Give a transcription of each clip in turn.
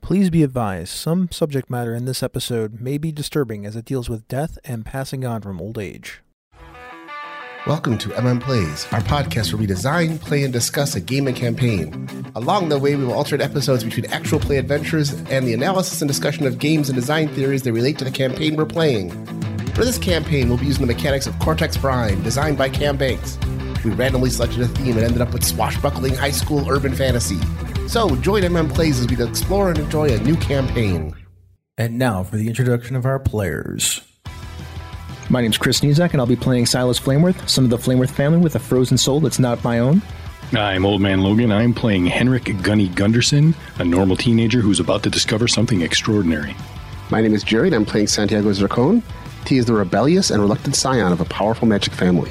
Please be advised, some subject matter in this episode may be disturbing as it deals with death and passing on from old age. Welcome to MM Plays, our podcast where we design, play, and discuss a game and campaign. Along the way, we will alternate episodes between actual play adventures and the analysis and discussion of games and design theories that relate to the campaign we're playing. For this campaign, we'll be using the mechanics of Cortex Prime, designed by Cam Banks. We randomly selected a theme and ended up with swashbuckling high school urban fantasy. So join MM Plays as we explore and enjoy a new campaign. And now for the introduction of our players. My name's Chris Nizak, and I'll be playing Silas Flameworth, son of the Flameworth family with a frozen soul that's not my own. I'm Old Man Logan. I'm playing Henrik Gunny Gunderson, a normal teenager who's about to discover something extraordinary. My name is Jerry, and I'm playing Santiago Zircon. He is the rebellious and reluctant scion of a powerful magic family.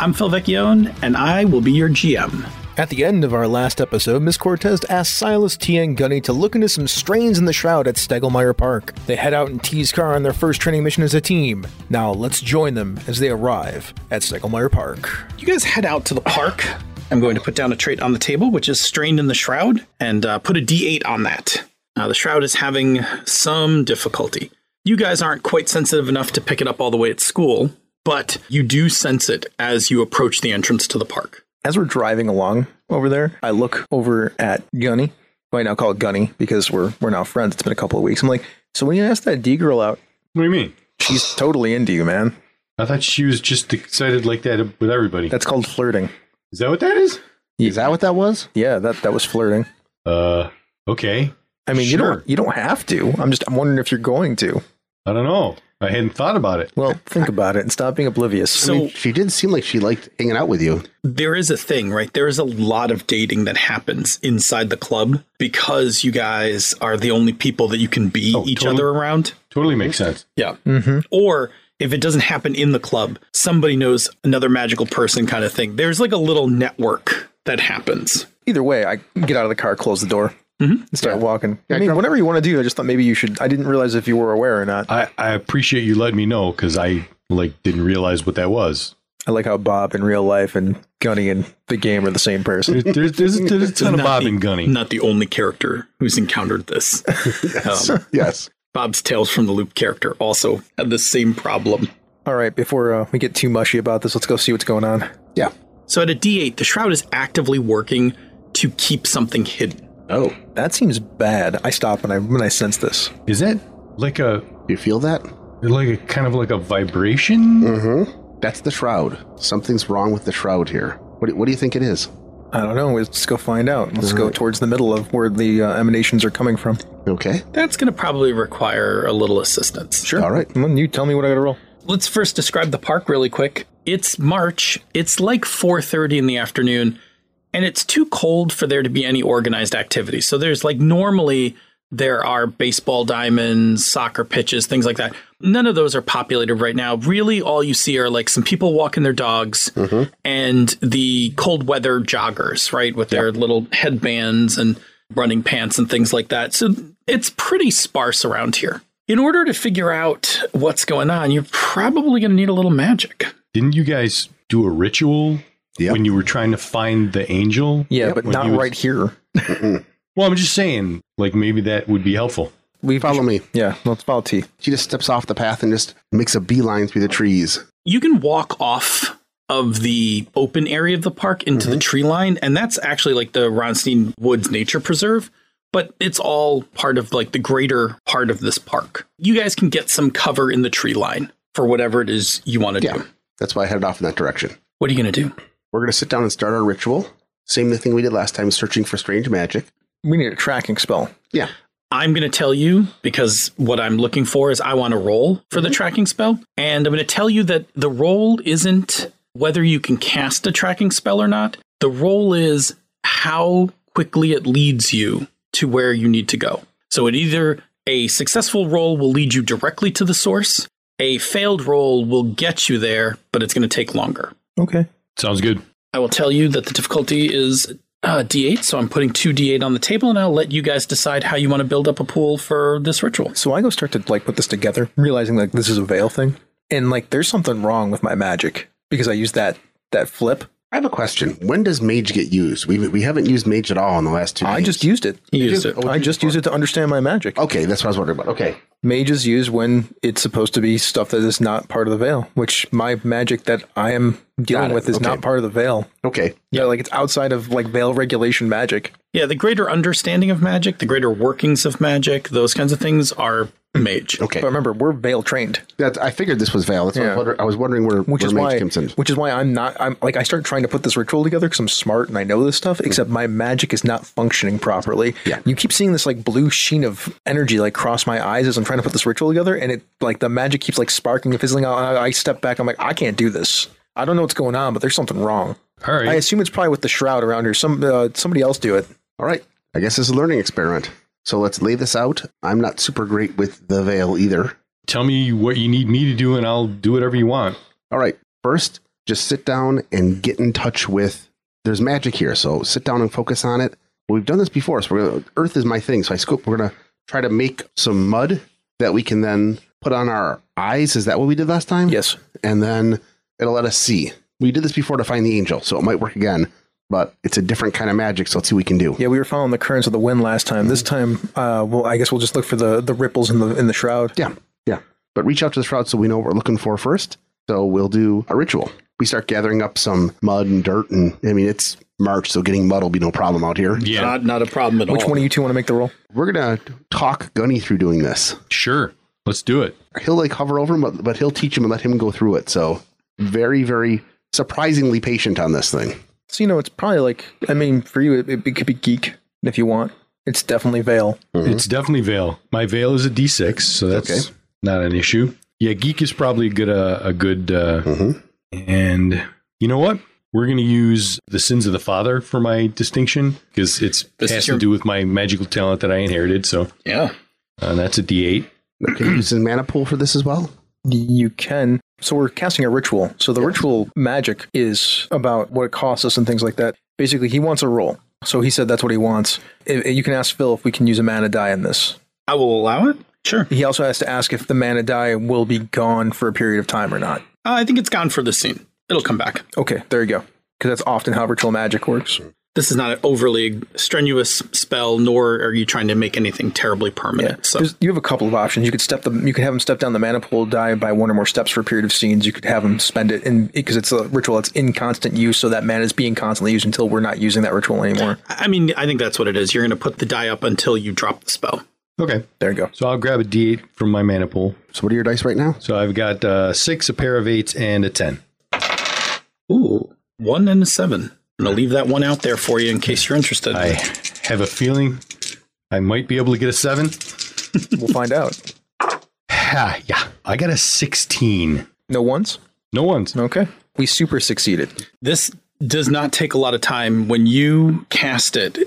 I'm Phil Vecchione, and I will be your GM. At the end of our last episode, Miss Cortez asked Silas T. and Gunny to look into some strains in the shroud at Stegelmeyer Park. They head out in T's car on their first training mission as a team. Now let's join them as they arrive at Stegelmeyer Park. You guys head out to the park. I'm going to put down a trait on the table, which is strained in the shroud, and uh, put a d8 on that. Uh, the shroud is having some difficulty. You guys aren't quite sensitive enough to pick it up all the way at school, but you do sense it as you approach the entrance to the park. As we're driving along over there, I look over at Gunny, who I now call Gunny because we're we're now friends. It's been a couple of weeks. I'm like, so when you asked that D girl out, What do you mean? she's totally into you, man. I thought she was just excited like that with everybody. That's called flirting. Is that what that is? Is that what that was? Yeah, that that was flirting. Uh, okay. I mean, you Sure. don't you don't have to. I'm just I'm wondering if you're going to. I don't know. I hadn't thought about it. Well, think about it and stop being oblivious. So She did seem like she liked hanging out with you. there is a thing, right? There is a lot of dating that happens inside the club because you guys are the only people that you can be Oh, each totally. other around. Totally makes sense. Yeah. Or if it doesn't happen in the club, somebody knows another magical person kind of thing. There's like a little network that happens. either way, I get out of the car, close the door, and start walking. I mean, whatever you want to do. I just thought maybe you should. I didn't realize if you were aware or not. I, I appreciate you letting me know because I like didn't realize what that was. I like how Bob in real life and Gunny in the game are the same person. There's, there's, there's, a ton of Not Bob the- and Gunny. Not the only character who's encountered this. Um, Yes. Bob's Tales from the Loop character also had the same problem. All right, before uh, we get too mushy about this, let's go see what's going on. Yeah. So at a D8, the Shroud is actively working to keep something hidden. Oh, that seems bad. I stop when I when I sense this. Is that like a You feel that? like a kind of like a vibration? That's the shroud. Something's wrong with the shroud here. What, do- what do you think it is? I don't know. Let's go find out. Let's go towards the middle of where the uh, emanations are coming from. Okay. That's going to probably require a little assistance. All right. Come on, you tell me what I got to roll. let's first describe the park really quick. It's March. It's like 4:30 in the afternoon and it's too cold for there to be any organized activity. So there's like normally there are baseball diamonds, soccer pitches, things like that. None of those are populated right now. Really all you see are like some people walking their dogs and the cold weather joggers, right, with their little headbands and running pants and things like that. So it's pretty sparse around here. In order to figure out what's going on, you're probably going to need a little magic. Didn't you guys do a ritual Yep. when you were trying to find the angel? Yeah, but When not he was- right here. Well, I'm just saying, like maybe that would be helpful. We Follow me. Yeah, let's follow T. She just steps off the path and just makes a beeline through the trees. You can walk off of the open area of the park into the tree line, and that's actually like the Ronstein Woods Nature Preserve, but it's all part of like the greater part of this park. You guys can get some cover in the tree line for whatever it is you want to do. That's why I headed off in that direction. What are you going to do? We're going to sit down and start our ritual. Same thing we did last time, searching for strange magic. We need a tracking spell. Yeah. I'm going to tell you because what I'm looking for is I want a roll for the tracking spell. And I'm going to tell you that the roll isn't whether you can cast a tracking spell or not. The roll is how quickly it leads you to where you need to go. So it either a successful roll will lead you directly to the source, a failed roll will get you there, but it's going to take longer. Okay. Sounds good. I will tell you that the difficulty is uh, D8, so I'm putting two D8 on the table, and I'll let you guys decide how you want to build up a pool for this ritual. So I go start to like put this together, realizing like this is a veil thing, and like there's something wrong with my magic because I use that that flip. I have a question. When does mage get used? We we haven't used mage at all in the last two. I games. just used it. He used it. I just used it to understand my magic. Okay, that's what I was wondering about. Okay, Mages use when it's supposed to be stuff that is not part of the veil, which my magic that I am dealing Got it. with is Okay. not part of the veil. okay. Yeah, like it's outside of like veil regulation magic. Yeah, the greater understanding of magic, the greater workings of magic, those kinds of things are mage. Okay. But remember, we're veil trained, That I figured this was Val. That's what I, was wondering, I was wondering where which where is mage why, comes in. which is why I'm not. I'm like I start trying to put this ritual together because I'm smart and I know this stuff. Except my magic is not functioning properly. Hmm. Yeah. you keep seeing this like blue sheen of energy like cross my eyes as I'm trying to put this ritual together, and it like the magic keeps like sparking and fizzling out. And I, I step back. I'm like, I can't do this. I don't know what's going on, but there's something wrong. All I right. assume it's probably with the shroud around here. Some uh, somebody else do it. All right. I guess it's a learning experiment. So let's lay this out. I'm not super great with the veil either. Tell me what you need me to do, and I'll do whatever you want. All right. First, just sit down and get in touch with. There's magic here, so sit down and focus on it. We've done this before, so we're gonna, Earth is my thing. So I scope. We're gonna try to make some mud that we can then put on our eyes. Is that what we did last time? Yes. and then it'll let us see. We did this before to find the angel, so it might work again, but it's a different kind of magic, so let's see what we can do. Yeah, we were following the currents of the wind last time. This time, uh, well, I guess we'll just look for the, the ripples in the in the shroud. Yeah, yeah. But reach out to the shroud so we know what we're looking for first. So we'll do a ritual. We start gathering up some mud and dirt, and I mean, it's March, so getting mud will be no problem out here. Yeah, Not, not a problem at Which all. one of you two want to make the roll? We're going to talk Gunny through doing this. sure. Let's do it. He'll like hover over him, but, but he'll teach him and let him go through it. So very, very surprisingly patient on this thing. So you know, it's probably like I mean, for you, it, it could be geek if you want. It's definitely veil. It's definitely Veil. My Veil is a D6, so that's Okay. not an issue. Yeah, Geek is probably a good. Uh, a good uh, Mm-hmm. Mhm. And you know what? We're going to use the sins of the father for my distinction because it's This is has your- to do with my magical talent that I inherited. So Yeah. uh, that's a D8. Can you use his mana pool for this as well? You can. So we're casting a ritual. So the ritual magic is about what it costs us and things like that. Basically, he wants a roll. So he said that's what he wants. I- you can ask Phil if we can use a mana die in this. I will allow it. Sure. He also has to ask if the mana die will be gone for a period of time or not. Uh, I think it's gone for this scene. It'll come back. Okay, there you go. Because that's often how ritual magic works. This is not an overly strenuous spell, nor are you trying to make anything terribly permanent. So There's- you have a couple of options. You could step the, you could have him step down the mana pool die by one or more steps for a period of scenes. You could have him spend it in because it's a ritual that's in constant use, so that mana is being constantly used until we're not using that ritual anymore. I mean, I think that's what it is. You're going to put the die up until you drop the spell. Okay. There you go. So I'll grab a D8 from my mana pool. So what are your dice right now? So I've got uh, six, a pair of eights, and a 10. Ooh, one and a seven. I'm going to leave that one out there for you in case you're interested. I have a feeling I might be able to get a seven. We'll find out. Ha, yeah. I got a 16. No ones. No one's. Okay. We super succeeded. this does not take a lot of time. When you cast it,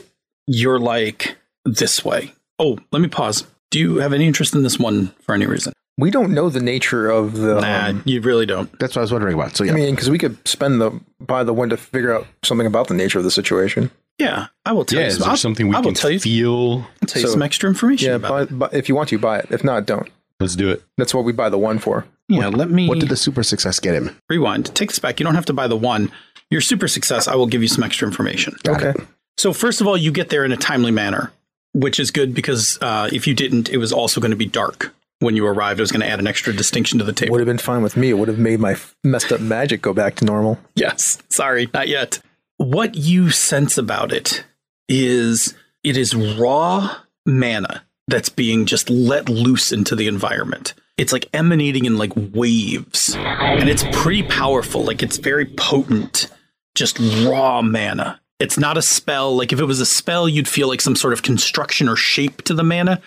you're like this way. Oh, let me pause. Do you have any interest in this one for any reason? We don't know the nature of the. Nah, you really don't. That's what I was wondering about. So yeah, I mean, because we could spend the by the one to figure out something about the nature of the situation. Yeah, I will tell Yeah, you. is some- I'll- there something we I will can tell you, feel? I'll tell you so- some extra information Yeah, about buy, it. buy, if you want to, buy it. If not, don't. Let's do it. That's what we buy the one for. Yeah, let me what did the super success get him? rewind. Take this back. You don't have to buy the one. Your super success, I will give you some extra information. okay. So first of all, you get there in a timely manner, which is good because uh, if you didn't, it was also going to be dark when you arrived. It was going to add an extra distinction to the table. Would have been fine with me. It would have made my f- messed up magic go back to normal. Yes. Sorry, not yet. What you sense about it is it is raw mana that's being just let loose into the environment. It's like emanating in like waves. And it's pretty powerful. Like it's very potent. Just raw mana. It's not a spell. Like if it was a spell, you'd feel like some sort of construction or shape to the mana.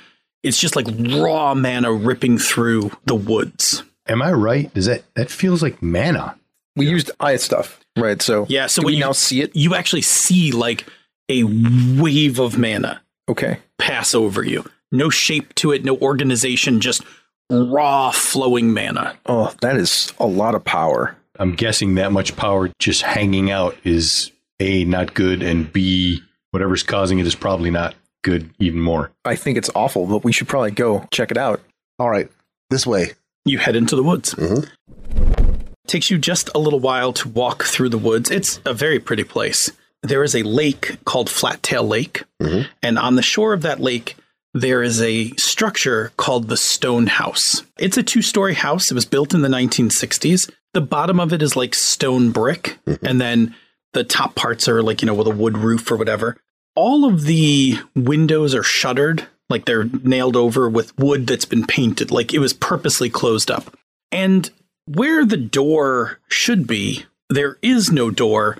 It's just like raw mana ripping through the woods. Am I right? Does that that feels like mana? We used eye stuff, right? So Yeah, so do when we you- now see it. you actually see like a wave of mana Okay, pass over you. No shape to it, no organization, just raw flowing mana. oh, that is a lot of power. I'm guessing that much power just hanging out is a not good, and b whatever's causing it is probably not good even more. I think it's awful, but we should probably go check it out. All right, this way. You head into the woods. Takes you just a little while to walk through the woods. It's a very pretty place. There is a lake called Flattail Lake, and on the shore of that lake, there is a structure called the Stone House. It's a two story house. It was built in the 1960s. The bottom of it is like stone brick, and then the top parts are like, you know, with a wood roof or whatever. All of the windows are shuttered, like they're nailed over with wood that's been painted, like it was purposely closed up. And where the door should be, there is no door,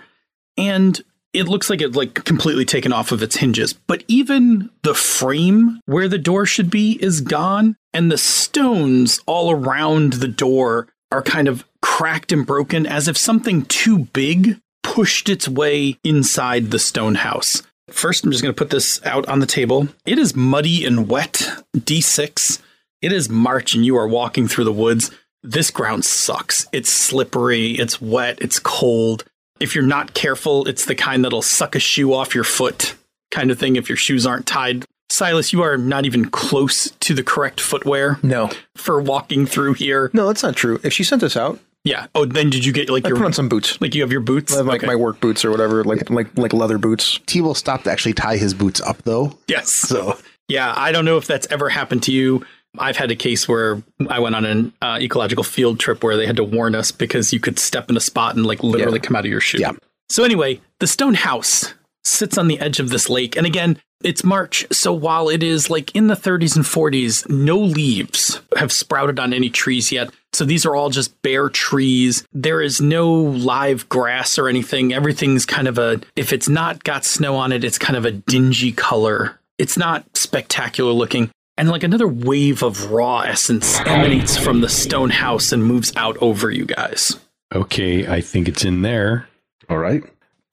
and it looks like it like completely taken off of its hinges. But even the frame where the door should be is gone, and the stones all around the door are kind of cracked and broken as if something too big pushed its way inside the stone house. First, I'm just going to put this out on the table. It is muddy and wet. D6. It is March and you are walking through the woods. This ground sucks. It's slippery, it's wet, it's cold. If you're not careful, it's the kind that'll suck a shoe off your foot, kind of thing, if your shoes aren't tied. Silas, you are not even close to the correct footwear No, for walking through here. no, that's not true. If she sent us out, Yeah. Oh, then did you get like I your put on some boots, like you have your boots? I have, like Okay. my work boots or whatever, like like like leather boots. T will stop to actually tie his boots up, though. yes. So Yeah, I don't know if that's ever happened to you. I've had a case where I went on an uh, ecological field trip where they had to warn us because you could step in a spot and like literally come out of your shoe. Yeah. So anyway, the stone house sits on the edge of this lake, and again, it's March, so while it is like in the 30s and 40s, no leaves have sprouted on any trees yet. So these are all just bare trees. There is no live grass or anything. Everything's kind of a if it's not got snow on it, it's kind of a dingy color. It's not spectacular looking. And like another wave of raw essence emanates from the stone house and moves out over you guys. Okay, I think it's in there. all right.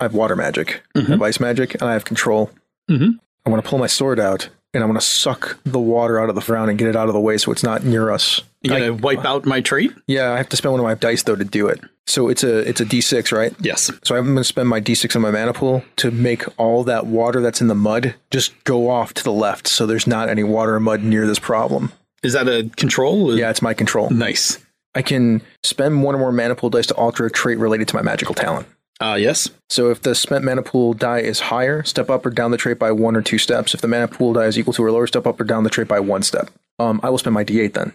I have water magic, I have ice magic, and I have control. Mhm. I want to pull my sword out and I want to suck the water out of the ground and get it out of the way so it's not near us. You gonna wipe out my tree? Yeah, I have to spend one of my dice though to do it. So it's a it's a d6, right? Yes. So I'm going to spend my d6 on my mana pool to make all that water that's in the mud just go off to the left, so there's not any water or mud near this problem. Is that a control? Yeah, it's my control. Nice. I can spend one or more mana pool dice to alter a trait related to my magical talent. Uh, yes. So if the spent mana pool die is higher, step up or down the trait by one or two steps. If the mana pool die is equal to or lower, step up or down the trait by one step. Um, I will spend my d8 then,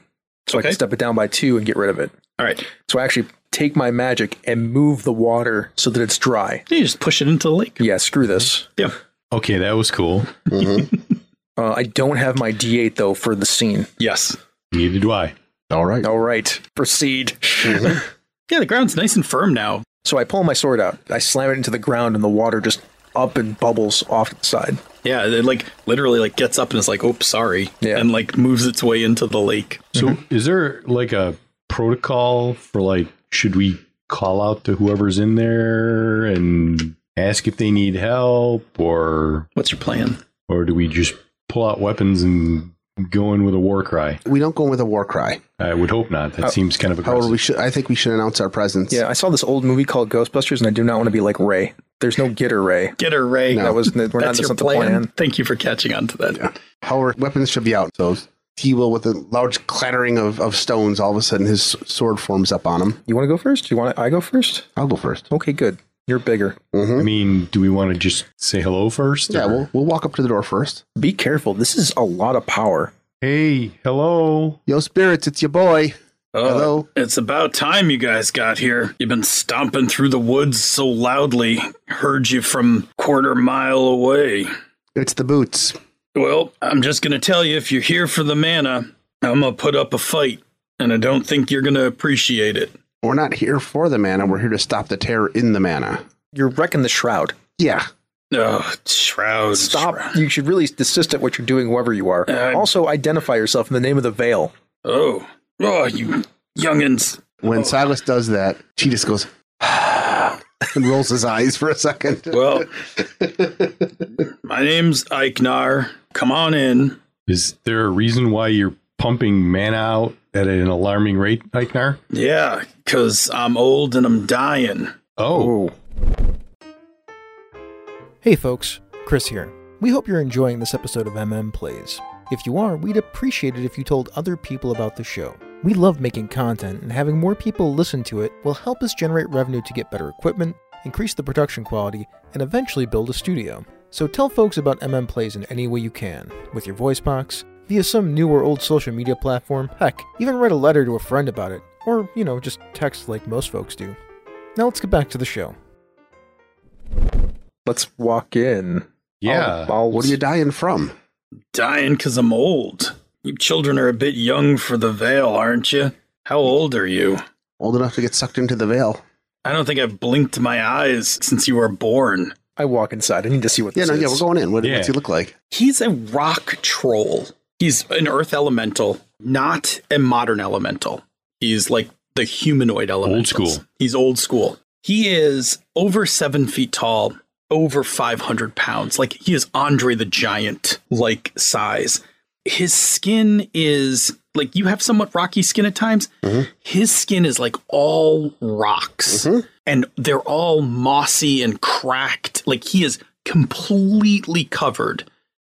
so I Okay. can step it down by two and get rid of it. All right. So I actually take my magic and move the water so that it's dry. You just push it into the lake. Yeah, screw this. Yeah. Okay, that was cool. Uh, I don't have my D8 though for the scene. Yes. Neither do I. All right. All right, proceed. Yeah, the ground's nice and firm now. So I pull my sword out. I slam it into the ground, and the water just up and bubbles off to the side. Yeah, it like literally like gets up and is like, "Oh, sorry," Yeah. and like moves its way into the lake. So, is there like a protocol for like, should we call out to whoever's in there and ask if they need help, or What's your plan? or do we just pull out weapons and go in with a war cry? We don't go in with a war cry. I would hope not. That seems kind of However, aggressive. we should. I think we should announce our presence. Yeah, I saw this old movie called Ghostbusters, and I do not want to be like Ray. There's no getter Ray. Get her, Ray. That was we're not Oh. That's that's your not the plan. plan. Thank you for catching on to that. Our weapons should be out. So T will, with a large clattering of, of stones, all of a sudden his sword forms up on him. You want to go first? You want I go first? I'll go first. Okay, good. You're bigger. I mean, do we want to just say hello first? Mm-hmm. Yeah, or- we'll we'll walk up to the door first. Be careful. This is a lot of power. Hey, hello. Yo, spirits, it's your boy. Uh, Hello. Oh, It's about time you guys got here. You've been stomping through the woods so loudly. Heard you from quarter mile away. It's the boots. Well, I'm just going to tell you if you're here for the mana, I'm going to put up a fight, and I don't think you're going to appreciate it. We're not here for the mana. We're here to stop the terror in the mana. You're wrecking the shroud. Yeah. Oh, shroud. Stop. You should really desist at what you're doing, whoever you are. Uh, also, identify yourself in the name of the veil. Oh, oh, you youngins. When Silas does that, she just goes and rolls his eyes for a second. Well, my name's Eichnar. Come on in. Is there a reason why you're pumping mana out at an alarming rate, Eichnar? Yeah, 'cause I'm old and I'm dying. Oh, Hey folks, Chris here. We hope you're enjoying this episode of MM Plays. If you are, we'd appreciate it if you told other people about the show. We love making content, and having more people listen to it will help us generate revenue to get better equipment, increase the production quality, and eventually build a studio. So tell folks about MM Plays in any way you can, with your voice box, via some new or old social media platform, heck, even write a letter to a friend about it, or, you know, just text like most folks do. Now let's get back to the show. Let's walk in. Yeah. I'll, I'll- What are you dying from? Dying because I'm old. You children are a bit young for the veil, aren't you? How old are you? Old enough to get sucked into the veil. I don't think I've blinked my eyes since you were born. I walk inside. I need to see what Yeah, this no, is. yeah, we're going in. What, Yeah. What's he look like? He's a rock troll. He's an earth elemental, not a modern elemental. He's like the humanoid elemental. school. He's old school. He is over seven feet tall, over 500 pounds. Like he is Andre the Giant, like size. His skin is like you have somewhat rocky skin at times. His skin is like all rocks and they're all mossy and cracked. Like he is completely covered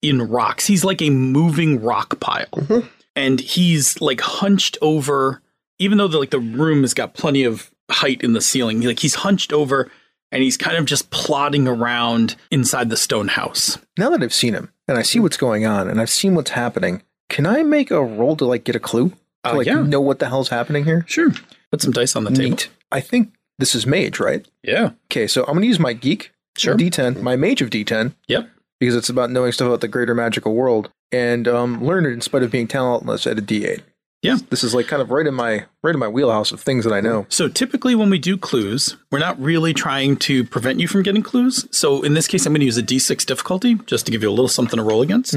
in rocks. He's like a moving rock pile. And he's like hunched over, even though the, like the room has got plenty of height in the ceiling, like he's hunched over and he's kind of just plodding around inside the stone house. now that I've seen him and I Hmm. see what's going on and I've seen what's happening, can I make a roll to like get a clue? To Uh, like yeah. know what the hell's happening here? Sure. Put some dice on the table. Neat. I think this is mage, right? Yeah. Okay, so I'm gonna use my geek Sure. D10, my mage of D10, Yep. because it's about knowing stuff about the greater magical world and um, learned in spite of being talentless at a D8. Yeah. This is like kind of right in my right in my wheelhouse of things that I know. So typically, when we do clues, we're not really trying to prevent you from getting clues. So in this case, I'm going to use a d6 difficulty just to give you a little something to roll against,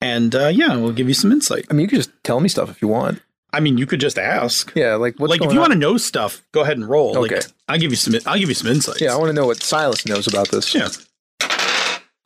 and uh, yeah, we'll give you some insight. I mean, you can just tell me stuff if you want. I mean, you could just ask. Yeah, like what's like if going you on? want to know stuff, go ahead and roll. Okay. Like I'll give you some. I'll give you some insights. yeah, I want to know what Silas knows about this. yeah.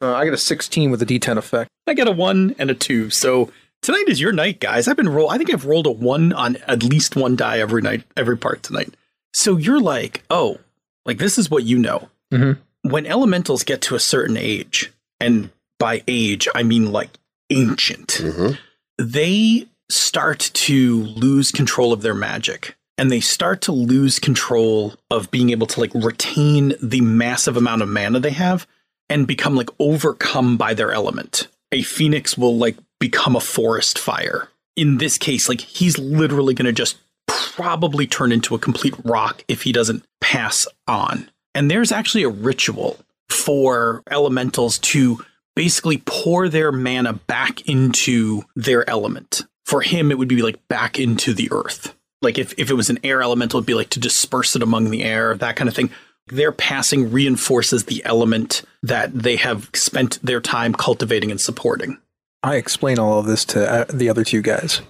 Uh, I got a 16 with a D10 effect. I got a one and a two. So tonight is your night, guys. I've been roll. I think I've rolled a one on at least one die every night, every part tonight. So you're like, oh, like this is what you know. Mhm. When elementals get to a certain age, and by age I mean like ancient, Mm-hmm. they start to lose control of their magic. And they start to lose control of being able to like retain the massive amount of mana they have and become like overcome by their element. A phoenix will like become a forest fire. In this case, like he's literally going to just probably turn into a complete rock if he doesn't pass on. And there's actually a ritual for elementals to basically pour their mana back into their element. For him, it would be like back into the earth. Like if, if it was an air elemental, it'd be like to disperse it among the air, that kind of thing. Their passing reinforces the element that they have spent their time cultivating and supporting. I explain all of this to uh, the other two guys.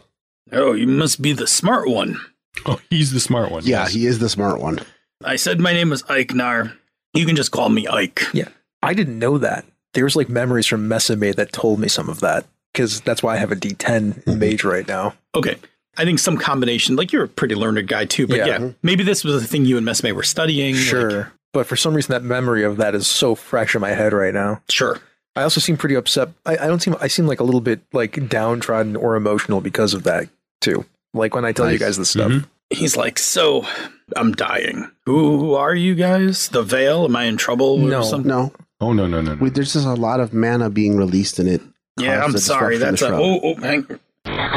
Oh, you must be the smart one. Oh, he's the smart one. Yeah, he is the smart one. I said my name is Eichnar. You can just call me Ike. Yeah. I didn't know that. There's like memories from Mesame that told me some of that because that's why I have a D10 Mm-hmm. mage right now. Okay. I think some combination, like you're a pretty learned guy too, but Yeah. Mm-hmm. yeah, maybe this was the thing you and Mesme were studying. like- but for some reason, that memory of that is so fresh in my head right now. sure. I also seem pretty upset. I, I don't seem, I seem like a little bit like downtrodden or emotional because of that too. Like when I tell you guys this stuff. Mm-hmm. He's like, So I'm dying. Who, who are you guys? The Veil? Am I in trouble? No. Or something? No, Oh no no no no. we, there's just a lot of mana being released in it. Yeah, Caused I'm the sorry. disruption That's a. to Oh, oh, hang.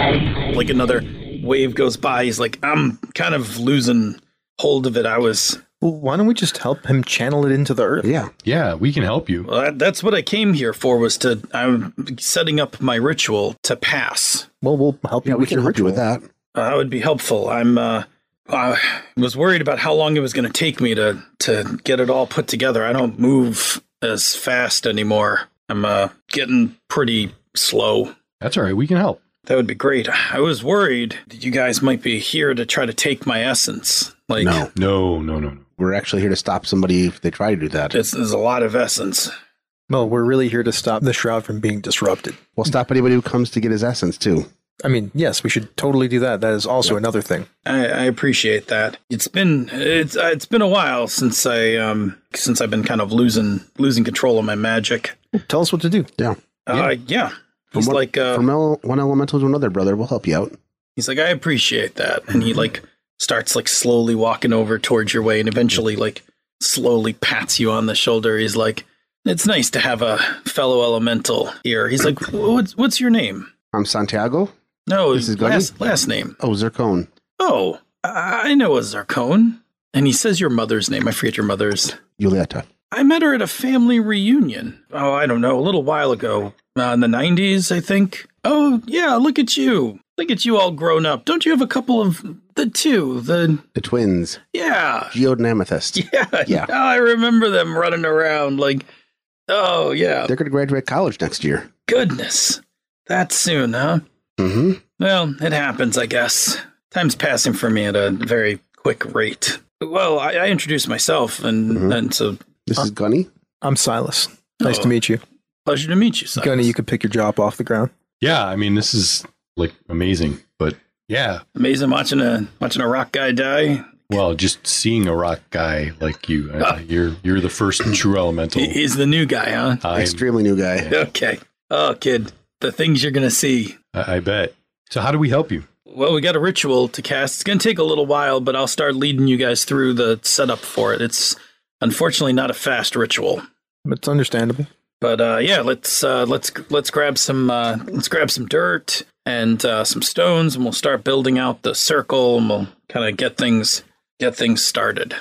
Like another wave goes by. He's like, I'm kind of losing hold of it. I was. Well, why don't we just help him channel it into the earth? Yeah, yeah, we can help you. Well, that, that's what I came here for. Was to I'm setting up my ritual to pass. Well, we'll help yeah, you we with can your help you ritual. with that. Uh, that would be helpful. I'm uh, I was worried about how long it was going to take me to to get it all put together. I don't move as fast anymore. I'm uh, getting pretty slow. That's all right. We can help. That would be great. I was worried that you guys might be here to try to take my essence. Like No, No no no no. we're actually here to stop somebody if they try to do that. this is a lot of essence. Well, we're really here to stop the shroud from being disrupted. We'll stop anybody who comes to get his essence too. I mean, yes, we should totally do that. That is also another thing. I, I appreciate that. It's been it's uh, it's been a while since I um since I've been kind of losing losing control of my magic. Tell us what to do. Yeah, Uh, yeah. He's what- like uh, from el- one elemental to another, brother. We'll help you out. He's like, I appreciate that. And he like starts like slowly walking over towards your way and eventually Mm-hmm. like slowly pats you on the shoulder. He's like, It's nice to have a fellow elemental here. He's like, What's what's your name? I'm Santiago. No, This is Gunny? last last name. Oh, Zircon. Oh, I know a Zarcone. And he says your mother's name. I forget your mother's. Julieta. I met her at a family reunion. Oh, I don't know, a little while ago, uh, in the 90s, I think. Oh, yeah, look at you. Look at you all grown up. Don't you have a couple of the two? The The twins. yeah. Geode and Amethyst. Yeah. Yeah. Now I remember them running around like oh, yeah. They're going to graduate college next year. Goodness. That soon, huh? Mm-hmm. Well, it happens, I guess. Time's passing for me at a very quick rate. Well, I, I introduced myself, and, Mhm. and so This is Gunny. I'm Silas. Nice Oh. to meet you. pleasure to meet you. Silas. Gunny, you could pick your job off the ground. Yeah, I mean, this is like amazing, but yeah, Amazing watching a watching a rock guy die. well, just seeing a rock guy like you, uh, Ah. you're you're the first true elemental. He- He's the new guy, huh? I'm- Extremely new guy. Okay. Oh, kid, the things you're gonna see. I, I bet. So, how do we help you? Well, we got a ritual to cast. It's gonna take a little while, but I'll start leading you guys through the setup for it. It's unfortunately not a fast ritual, It's understandable. but uh, yeah, let's uh, let's let's grab some uh, let's grab some dirt and uh, some stones, and we'll start building out the circle, and we'll kind of get things get things started.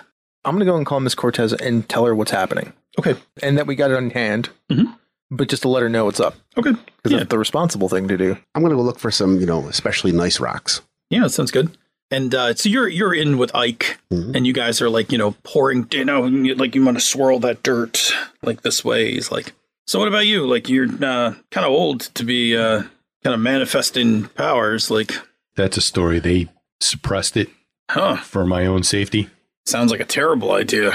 I'm going to go and call Miss Cortez and tell her what's happening. Okay. And that we got it on hand, Mhm. but just to let her know what's up. Okay. Because Yeah. that's the responsible thing to do. I'm going to go look for some, you know, especially nice rocks. Yeah, that sounds good. And uh, so you're you're in with Ike, Mhm. and you guys are like you know pouring, you know, and you- like you want to swirl that dirt like this way. He's like, so what about you? Like you're uh, kind of old to be uh, kind of manifesting powers. Like, That's a story. They suppressed it huh? for my own safety. Sounds like a terrible idea.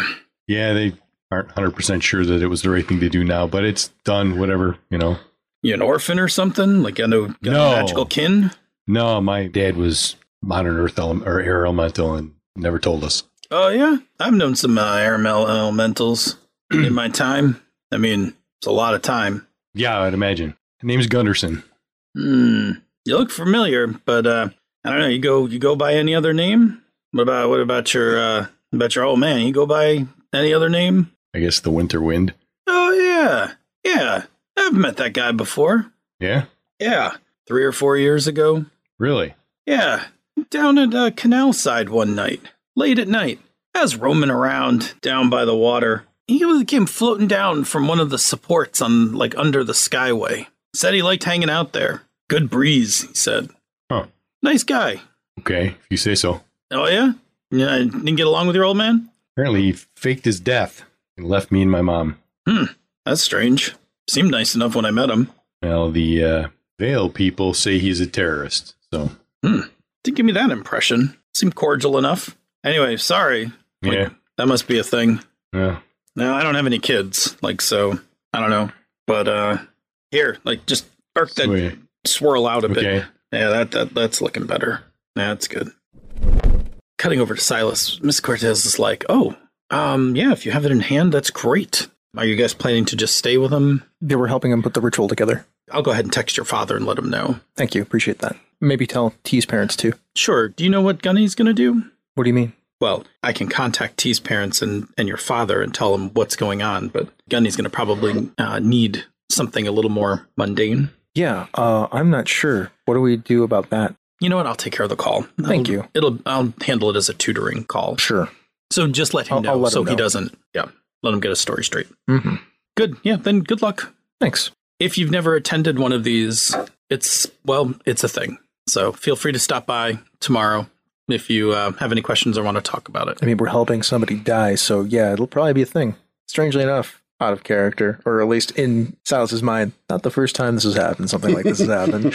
Yeah, they aren't 100% sure that it was the right thing to do now, but it's done, whatever, you know. You an orphan or something? Like I know got no. No. magical kin. No, my dad was modern earth ele- or air elemental and never told us. Oh yeah, I've known some uh, air mel- elementals in my time. I mean, it's a lot of time. Yeah, I'd imagine. His name's Gunderson. Hmm. You look familiar, but uh, I don't know. You go you go by any other name? What about what about your uh, about your old man? You go by any other name? I guess the winter wind. Oh yeah, yeah. I've met that guy before. Yeah, Yeah, three or four years ago. really? Yeah, down at uh, Canal Side one night, late at night. I was roaming around down by the water. He was- came floating down from one of the supports on like under the skyway. Said he liked hanging out there. Good breeze, he said. Huh. Nice guy. Okay, if you say so. Oh yeah? Yeah, I didn't get along with your old man? Apparently, he faked his death and left me and my mom. That's strange. Seemed nice enough when I met him. Now, the uh, Vale people say he's a terrorist, so. Didn't give me that impression. Seemed cordial enough. Anyway, sorry. Like, Yeah, That must be a thing. yeah. No, I don't have any kids, like so. I don't know, but uh, here, like, just arc that Sweet. swirl out a bit. Okay. Yeah, that that that's looking better. Yeah, that's good. Cutting over to Silas, Miss Cortez is like, "Oh, um, yeah, if you have it in hand, that's great. Are you guys planning to just stay with him? They were helping him put the ritual together. I'll go ahead and text your father and let him know." Thank you. Appreciate that. Maybe tell T's parents too. Sure. Do you know what Gunny's gonna do? What do you mean? Well, I can contact T's parents and, and your father and tell them what's going on, but Gunny's gonna probably uh, need something a little more mundane. Yeah, uh, I'm not sure. What do we do about that? You know what? I'll take care of the call. Thank I'll- you. It'll I'll handle it as a tutoring call. Sure. So just let him I'll- know I'll let so him he know. doesn't yeah, let him get his story straight. hmm Good. Yeah, then good luck. Thanks. If you've never attended one of these, it's well, it's a thing. So feel free to stop by tomorrow if you uh, have any questions or want to talk about it. I mean, we're helping somebody die, so yeah, it'll probably be a thing. Strangely enough, out of character, or at least in Silas's mind, not the first time this has happened. Something like this has happened.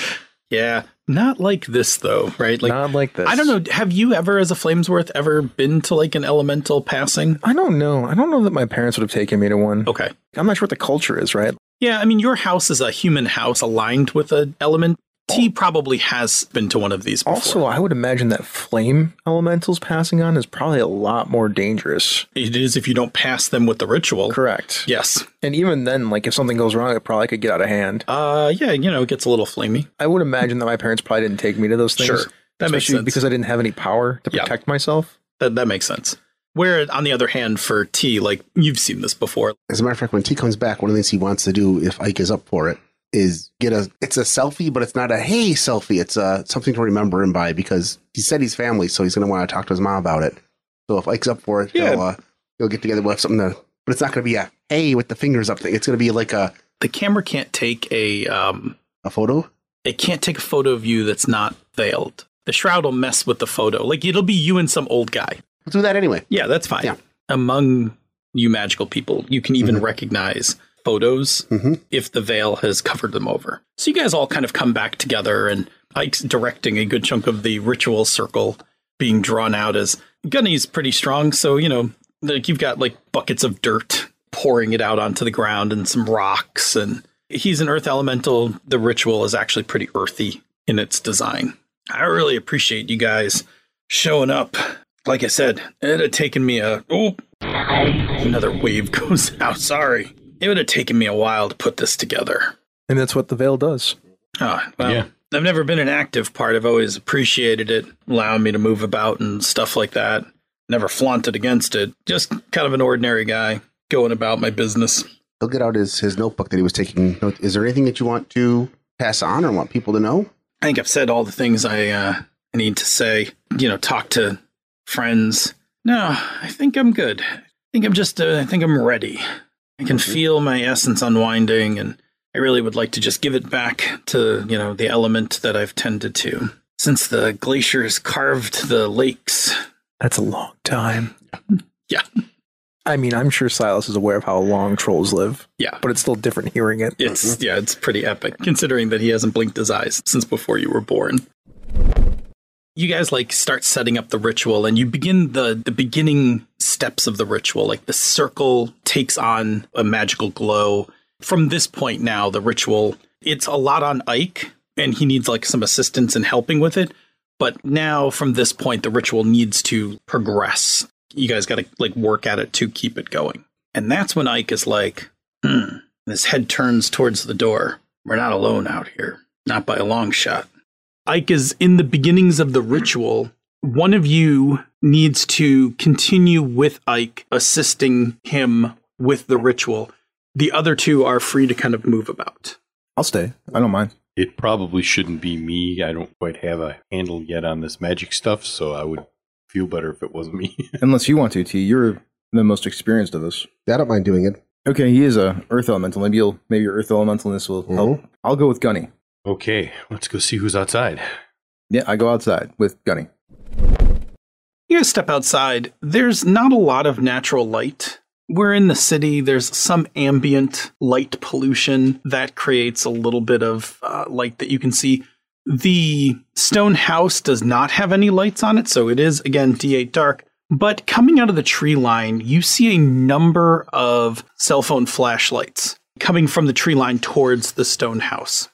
Yeah, not like this though, right? Like not like this. I don't know. Have you ever, as a Flamesworth, ever been to like an elemental passing? I don't know. I don't know that my parents would have taken me to one. Okay. I'm not sure what the culture is, right? Yeah, I mean, your house is a human house aligned with an element. T probably has been to one of these before. Oh. Also, I would imagine that flame elementals passing on is probably a lot more dangerous. It is if you don't pass them with the ritual. Correct. Yes. And even then, like if something goes wrong, it probably could get out of hand. Uh, yeah, you know, it gets a little flamey. I would imagine that my parents probably didn't take me to those things. Sure. That makes especially sense. because I didn't have any power to Yeah. protect myself. that, that makes sense. Where, on the other hand, for T, like you've seen this before, As a matter of fact, when T comes back, one of the things he wants to do, if Ike is up for it, is get a. It's a selfie, but it's not a hey selfie. It's uh something to remember him by because he said he's family, so he's going to want to talk to his mom about it. So if Ike's up for it, Yeah. he'll, uh, he'll get together. We'll have something to. But it's not going to be a hey with the fingers up thing. It's going to be like a the camera can't take a um, a photo. it can't take a photo of you that's not veiled. The shroud will mess with the photo. Like it'll be you and some old guy. We'll do that anyway. Yeah, that's fine. Yeah. Among you magical people, you can even recognize photos Mhm. if the veil has covered them over. So you guys all kind of come back together and Ike's directing a good chunk of the ritual circle being drawn out as Gunny's pretty strong, so you know, like you've got like buckets of dirt pouring it out onto the ground and some rocks and he's an earth elemental. The ritual is actually pretty earthy in its design. I really appreciate you guys showing up. Like I said, it had taken me a oh another wave goes out. Sorry, it would have taken me a while to put this together. And that's what the veil does. Oh, well, Yeah. I've never been an active part. I've always appreciated it, allowing me to move about and stuff like that. Never flaunted against it. Just kind of an ordinary guy going about my business. He'll get out his his notebook that he was taking. note- Is there anything that you want to pass on or want people to know? I think I've said all the things I uh, need to say. You know, talk to friends. No, I think I'm good. I think I'm just. Uh, I think I'm ready. I can feel my essence unwinding, and I really would like to just give it back to you know the element that I've tended to since the glaciers carved the lakes. That's a long time. Yeah. I mean, I'm sure Silas is aware of how long trolls live, Yeah, but it's still different hearing it. it's yeah, it's pretty epic considering that he hasn't blinked his eyes since before you were born. You guys like start setting up the ritual and you begin the the beginning steps of the ritual. Like the circle takes on a magical glow. From this point now, the ritual it's a lot on Ike and he needs like some assistance in helping with it. But now from this point the ritual needs to progress. You guys got to like work at it to keep it going. And that's when Ike is like, hmm, and his head turns towards the door. We're not alone out here, not by a long shot. Ike is in the beginnings of the ritual. One of you needs to continue with Ike, assisting him with the ritual. The other two are free to kind of move about. I'll stay. I don't mind. It probably shouldn't be me. I don't quite have a handle yet on this magic stuff, so I would feel better if it wasn't me. Unless you want to, T. You're the most experienced of us. I don't mind doing it. Okay, he is a Earth Elemental. Maybe you'll maybe your Earth Elementalness will help. Mm-hmm. I'll go with Gunny. okay, let's go see who's outside. Yeah, I go outside with Gunny. You guys step outside. There's not a lot of natural light. We're in the city. There's some ambient light pollution that creates a little bit of uh, light that you can see. The stone house does not have any lights on it, so it is, again, D8 dark. But coming out of the tree line, you see a number of cell phone flashlights coming from the tree line towards the stone house.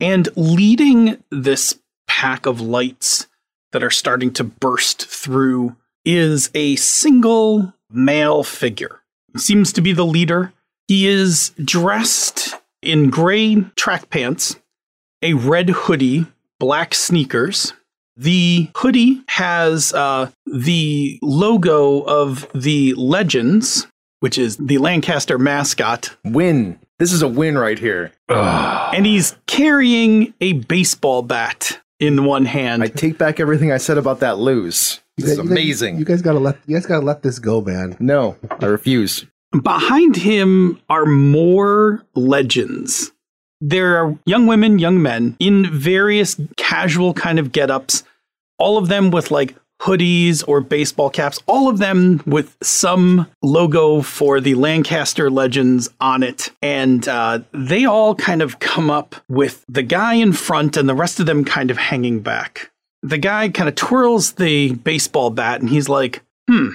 And leading this pack of lights that are starting to burst through is a single male figure. He seems to be the leader. He is dressed in gray track pants, a red hoodie, black sneakers. The hoodie has uh, the logo of the Legends, which is the Lancaster mascot, Win. This is a win right here. and he's carrying a baseball bat in one hand. I take back everything I said about that lose. This is You guys- amazing. You guys, gotta let you guys gotta let this go, man. No, I refuse. behind him are more legends. There are young women, young men in various casual kind of get-ups, all of them with like hoodies or baseball caps, all of them with some logo for the Lancaster Legends on it. And uh, they all kind of come up with the guy in front and the rest of them kind of hanging back. The guy kind of twirls the baseball bat and he's like, hmm,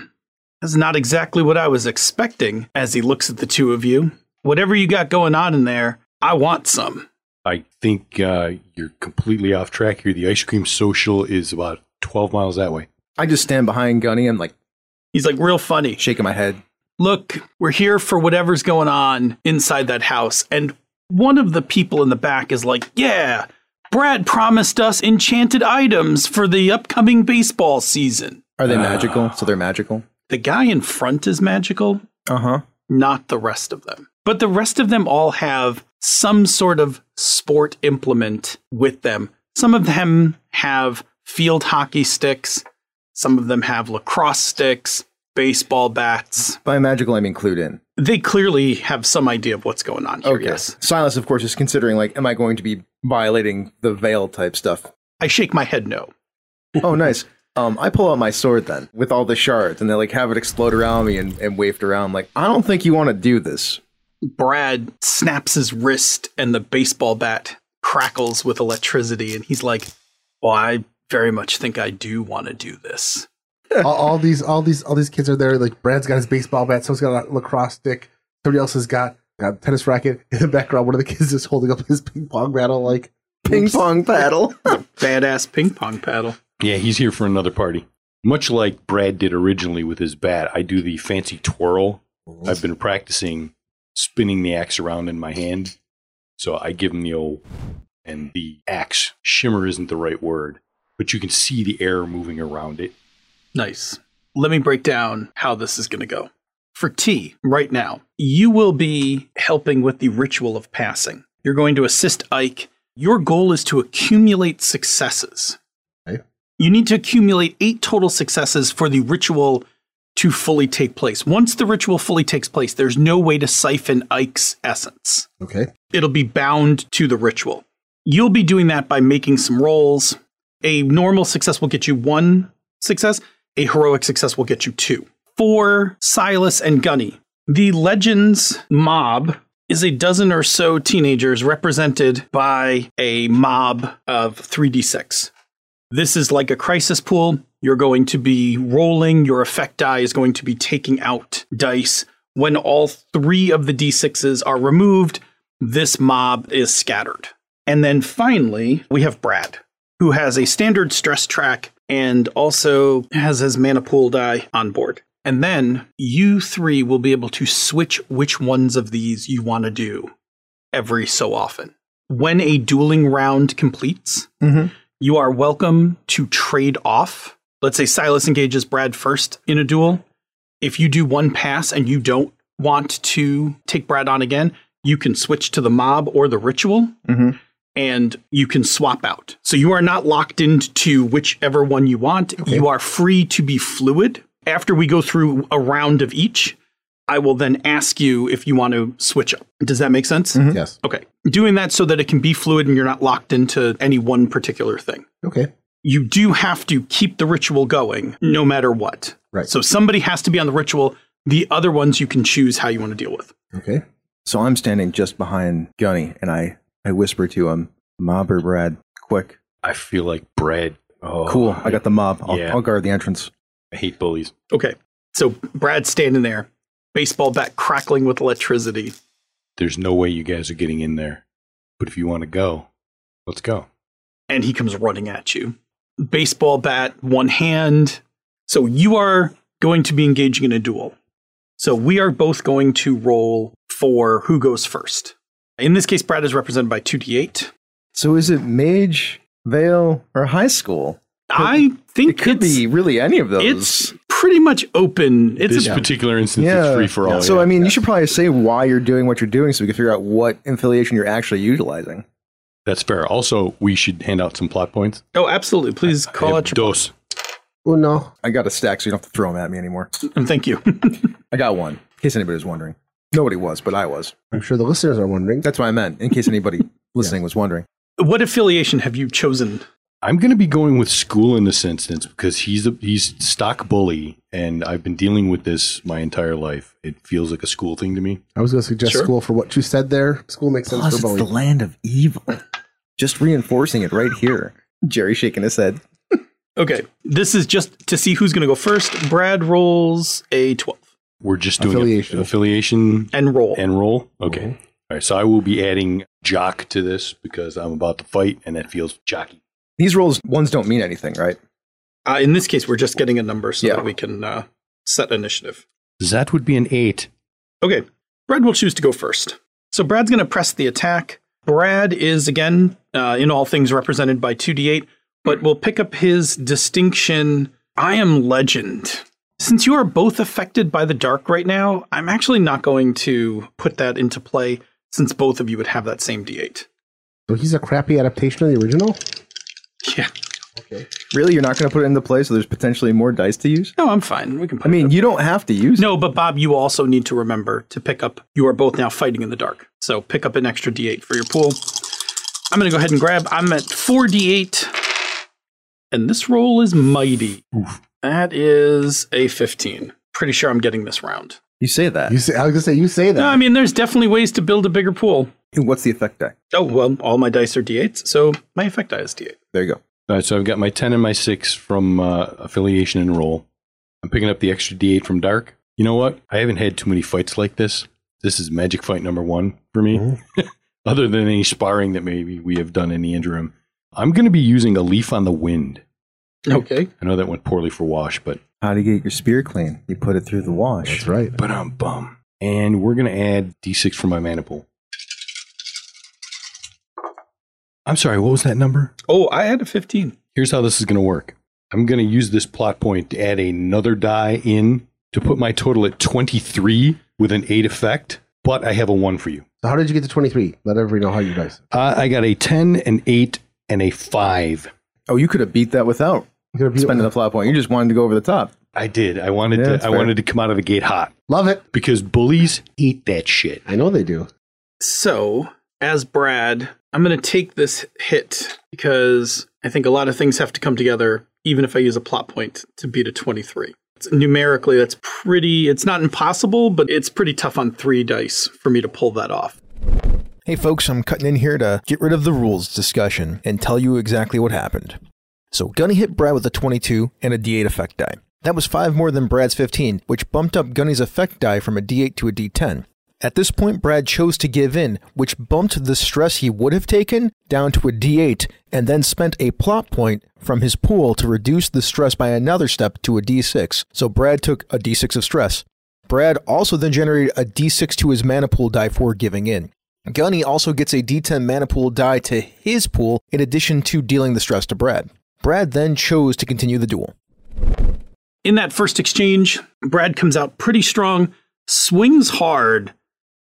that's not exactly what I was expecting as he looks at the two of you. Whatever you got going on in there, I want some. I think uh, you're completely off track here. The ice cream social is about 12 miles that way. I just stand behind Gunny. I'm like He's like real funny. shaking my head. Look, we're here for whatever's going on inside that house. And one of the people in the back is like, Yeah, Brad promised us enchanted items for the upcoming baseball season. Are Ah. they magical? So they're magical. The guy in front is magical, Uh Uh-huh. huh. not the rest of them. But the rest of them all have some sort of sport implement with them. Some of them have field hockey sticks, some of them have lacrosse sticks, baseball bats. By magical, I mean clued in. They clearly have some idea of what's going on here, yes. Silas, of course, is considering like, am I going to be violating the veil type stuff? I shake my head no. Oh, nice. Um, I pull out my sword then with all the shards, and they like have it explode around me and, and waved around. Like, I don't think you want to do this. Brad snaps his wrist and the baseball bat crackles with electricity and he's like, Well, I very much think I do want to do this. all, all these all these all these kids are there. Like Brad's got his baseball bat, someone's got a lacrosse stick, somebody else has got, got a tennis racket. In the background, one of the kids is holding up his ping pong battle. Like Ping pong paddle. Badass ping pong paddle. Yeah, he's here for another party. Much like Brad did originally with his bat, I do the fancy twirl. I've been practicing spinning the axe around in my hand. So I give him the old, and the axe shimmer isn't the right word, but you can see the air moving around it. Nice. Let me break down how this is going to go. For T, right now, you will be helping with the ritual of passing. You're going to assist Ike. Your goal is to accumulate successes. Okay. You need to accumulate eight total successes for the ritual to fully take place. Once the ritual fully takes place, there's no way to siphon Ike's essence okay, it'll be bound to the ritual. You'll be doing that by making some rolls. A normal success will get you one success, a heroic success will get you two. For Silas and Gunny, the Legends mob is a dozen or so teenagers represented by a mob of 3d6. This is like a crisis pool. You're going to be rolling, your effect die is going to be taking out dice. When all three of the d6s are removed, this mob is scattered. And then finally, we have Brad, who has a standard stress track and also has his mana pool die on board. And then you three will be able to switch which ones of these you want to do every so often. When a dueling round completes, you are welcome to trade off. Let's say Silas engages Brad first in a duel. If you do one pass and you don't want to take Brad on again, you can switch to the mob or the ritual and you can swap out. So you are not locked into whichever one you want. You are free to be fluid. After we go through a round of each, I will then ask you if you want to switch up. Does that make sense? Mm-hmm. yes, Okay. Doing that so that it can be fluid and you're not locked into any one particular thing. okay, You do have to keep the ritual going no matter what. Right. So somebody has to be on the ritual. The other ones you can choose how you want to deal with. okay. So I'm standing just behind Gunny, and I I whisper to him, "Mob or Brad, quick, I feel like Brad. Oh, cool. I got the mob. I'll, Yeah. I'll guard the entrance." I hate bullies. Okay. So Brad's standing there, baseball bat crackling with electricity. There's no way you guys are getting in there. But if you want to go, let's go. and he comes running at you. Baseball bat, one hand. So you are going to be engaging in a duel. So we are both going to roll for who goes first. In this case, Brad is represented by 2d8. So is it mage, veil, or high school? I think It could it's, be really any of those. it's pretty much open. It's this a, particular instance yeah. is free for all. so yeah. I mean, you should probably say why you're doing what you're doing, so we can figure out what affiliation you're actually utilizing. that's fair. Also, we should hand out some plot points. oh, absolutely. Please I call have out your. dos. Oh no, I got a stack, so you don't have to throw them at me anymore. and Thank you. I got one, in case anybody was wondering. Nobody was, but I was. I'm sure the listeners are wondering. That's what I meant, in case anybody listening was wondering. what affiliation have you chosen? I'm going to be going with school in this instance because he's a, he's stock bully, and I've been dealing with this my entire life. It feels like a school thing to me. I was going to suggest Sure. school for what you said there. School makes sense Plus, for it's the Bowie. land of evil. Just reinforcing it right here. Jerry shaking his head. Okay. This is just to see who's going to go first. Brad rolls a 12 We're just doing Affiliation. a, affiliation and roll. and roll. Okay, all right. So I will be adding jock to this because I'm about to fight, and that feels jockey. These rolls, ones don't mean anything, right? Uh, in this case, we're just getting a number so Yeah. that we can uh, set initiative. That would be an eight. Okay, Brad will choose to go first. So Brad's going to press the attack. Brad is again uh, in all things represented by 2d8, but will pick up his distinction I am legend. Since you are both affected by the dark right now, I'm actually not going to put that into play since both of you would have that same d8. So he's a crappy adaptation of the original. Yeah. Really, you're not going to put it into play, so there's potentially more dice to use. No, I'm fine. We can put I mean, you don't have to use. No, but Bob, you also need to remember to pick up. You are both now fighting in the dark, so pick up an extra d8 for your pool. I'm going to go ahead and grab. I'm at 4d8, and this roll is mighty. That is a 15. Pretty sure I'm getting this round. You say that. You say, I was gonna say you say that. No, I mean, there's definitely ways to build a bigger pool. What's the effect die? Oh, well, all my dice are d8s, so my effect die is d8. There you go. All right, so I've got my 10 and my 6 from uh, affiliation and roll. I'm picking up the extra D8 from Dark. You know what? I haven't had too many fights like this. This is magic fight number one for me, other than any sparring that maybe we have done in the interim. I'm going to be using a leaf on the wind. Okay. I know that went poorly for Wash, but How do you get your spear clean? You put it through the wash. That's right. but I'm bum. And we're going to add D6 from my maniple. I'm sorry, what was that number? Oh, I had a 15. here's how this is going to work. I'm going to use this plot point to add another die in to put my total at 23 with an 8 effect, but I have a 1 for you. So how did you get to twenty three? Let everybody know how you guys. Uh, I got a 10, an 8, and a 5. Oh, you could have beat that without You gotta be- spending the plot point. You just wanted to go over the top. I did. I wanted Yeah, to that's I fair. wanted to come out of the gate hot Love it. because bullies hate that shit. I know they do. So, as Brad, I'm going to take this hit because I think a lot of things have to come together, even if I use a plot point to beat a 23. It's- numerically, that's pretty, it's not impossible, but it's pretty tough on three dice for me to pull that off. Hey folks, I'm cutting in here to get rid of the rules discussion and tell you exactly what happened. So Gunny hit Brad with a 22 and a D8 effect die. That was 5 more than Brad's 15, which bumped up Gunny's effect die from a D8 to a D10. At this point, Brad chose to give in, which bumped the stress he would have taken down to a D8, and then spent a plot point from his pool to reduce the stress by another step to a D6. So Brad took a D6 of stress. Brad also then generated a D6 to his mana pool die for giving in. Gunny also gets a D10 mana pool die to his pool in addition to dealing the stress to Brad. Brad then chose to continue the duel. In that first exchange, Brad comes out pretty strong, swings hard,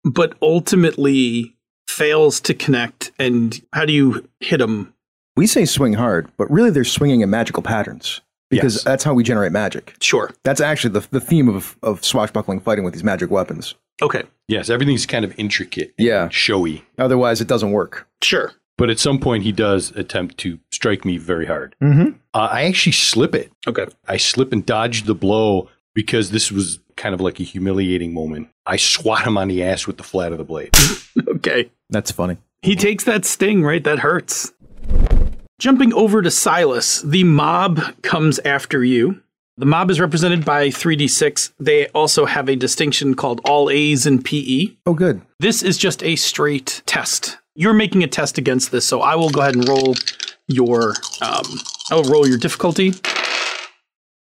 but ultimately fails to connect. And how do you hit him? We say swing hard, but really they're swinging in magical patterns because Yes. that's how we generate magic. Sure. That's actually the, the theme of, of swashbuckling fighting with these magic weapons. Okay. Yes, everything's kind of intricate and Yeah. showy. Otherwise, it doesn't work. Sure. But at some point he does attempt to strike me very hard. Mhm. Uh, I actually slip it. Okay. I slip and dodge the blow because this was kind of like a humiliating moment. I swat him on the ass with the flat of the blade. Okay. That's funny. He takes that sting, right? That hurts. Jumping over to Silas, the mob comes after you. The mob is represented by 3d6. They also have a distinction called all A's and PE. Oh, good. This is just a straight test. You're making a test against this, so I will go ahead and roll your um I will roll your difficulty.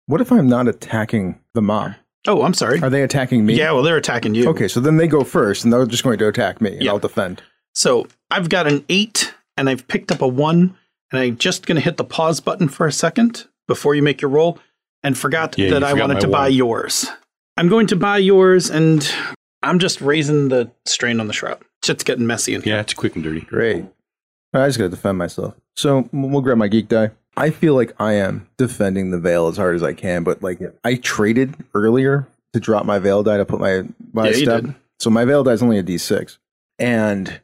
What if I'm not attacking the mob? Oh, I'm sorry. Are they attacking me? Yeah, well they're attacking you. Okay, so then they go first, and they're just going to attack me, and Yeah. I'll defend. So I've got an eight and I've picked up a one, and I'm just going to hit the pause button for a second before you make your roll and forgot Yeah, that you I forgot wanted my to buy one. yours. I'm going to buy yours, and I'm just raising the strain on the shroud. Shit's getting messy in here. Yeah, it's quick and dirty. Great. I just got to defend myself. So m- we'll grab my geek die. I feel like I am defending the veil as hard as I can, but like I traded earlier to drop my veil die to put my my Yeah, you step. did. So my veil die is only a d6, and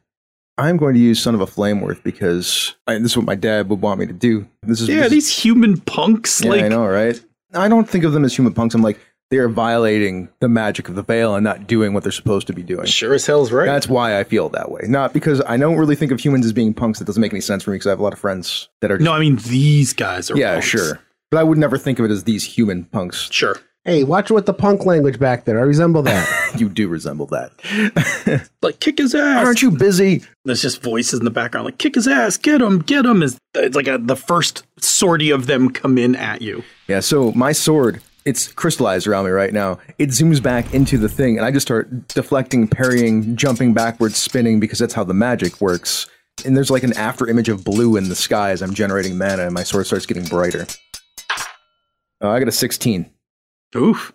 I'm going to use son of a flameworth because I, this is what my dad would want me to do. This is Yeah, this is- these human punks. yeah, like, I know, right? I don't think of them as human punks. I'm like they are violating the magic of the veil and not doing what they're supposed to be doing. sure as hell's right. That's why I feel that way. Not because I don't really think of humans as being punks. That doesn't make any sense for me because I have a lot of friends that are. no, I mean these guys are. yeah, punks. sure. But I would never think of it as these human punks. sure. Hey, watch with the punk language back there. I resemble that. You do resemble that. Like kick his ass. Aren't you busy? There's just voices in the background, like kick his ass, get him, get him. Is it's like a, the first sortie of them come in at you. Yeah. So my sword, it's crystallized around me right now. It zooms back into the thing, and I just start deflecting, parrying, jumping backwards, spinning because that's how the magic works. And there's like an after image of blue in the sky as I'm generating mana, and my sword starts getting brighter. Uh, I got a 16 Oof.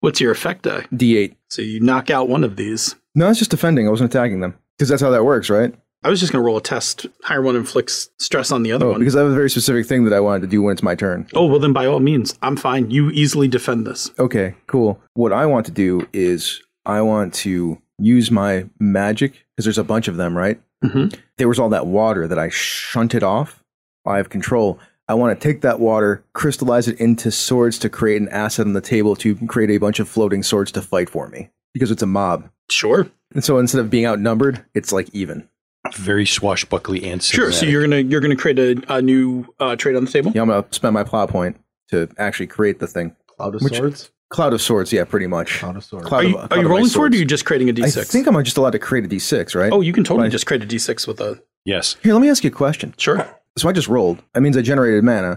What's your effect die? d8. So you knock out one of these. No, it's just defending. I wasn't attacking them because that's how that works, right? I was just going to roll a test. Higher one inflicts stress on the other Oh, one. because I have a very specific thing that I wanted to do when it's my turn. oh, well, then by all means, I'm fine. You easily defend this. Okay, cool. What I want to do is I want to use my magic because there's a bunch of them, right? Mhm. There was all that water that I shunted off. I have control. I want to take that water, crystallize it into swords to create an asset on the table to create a bunch of floating swords to fight for me because it's a mob. Sure. And so instead of being outnumbered, it's like even. Very swashbuckly and Sure. So cinematic. you're gonna you're gonna create a, a new uh, trade on the table. Yeah, I'm going to spend my plot point to actually create the thing. Cloud of Which- Swords? Cloud of swords, yeah, pretty much. Cloud of Swords. Cloud Are you, of- uh, are Cloud you of Ice rolling for it, or Swords. you just creating a d6? I think I'm just allowed to create a d6, right? oh, you can totally Right. just create a d6 with a yes. Here, let me ask you a question. sure. So I just rolled. That means I generated mana.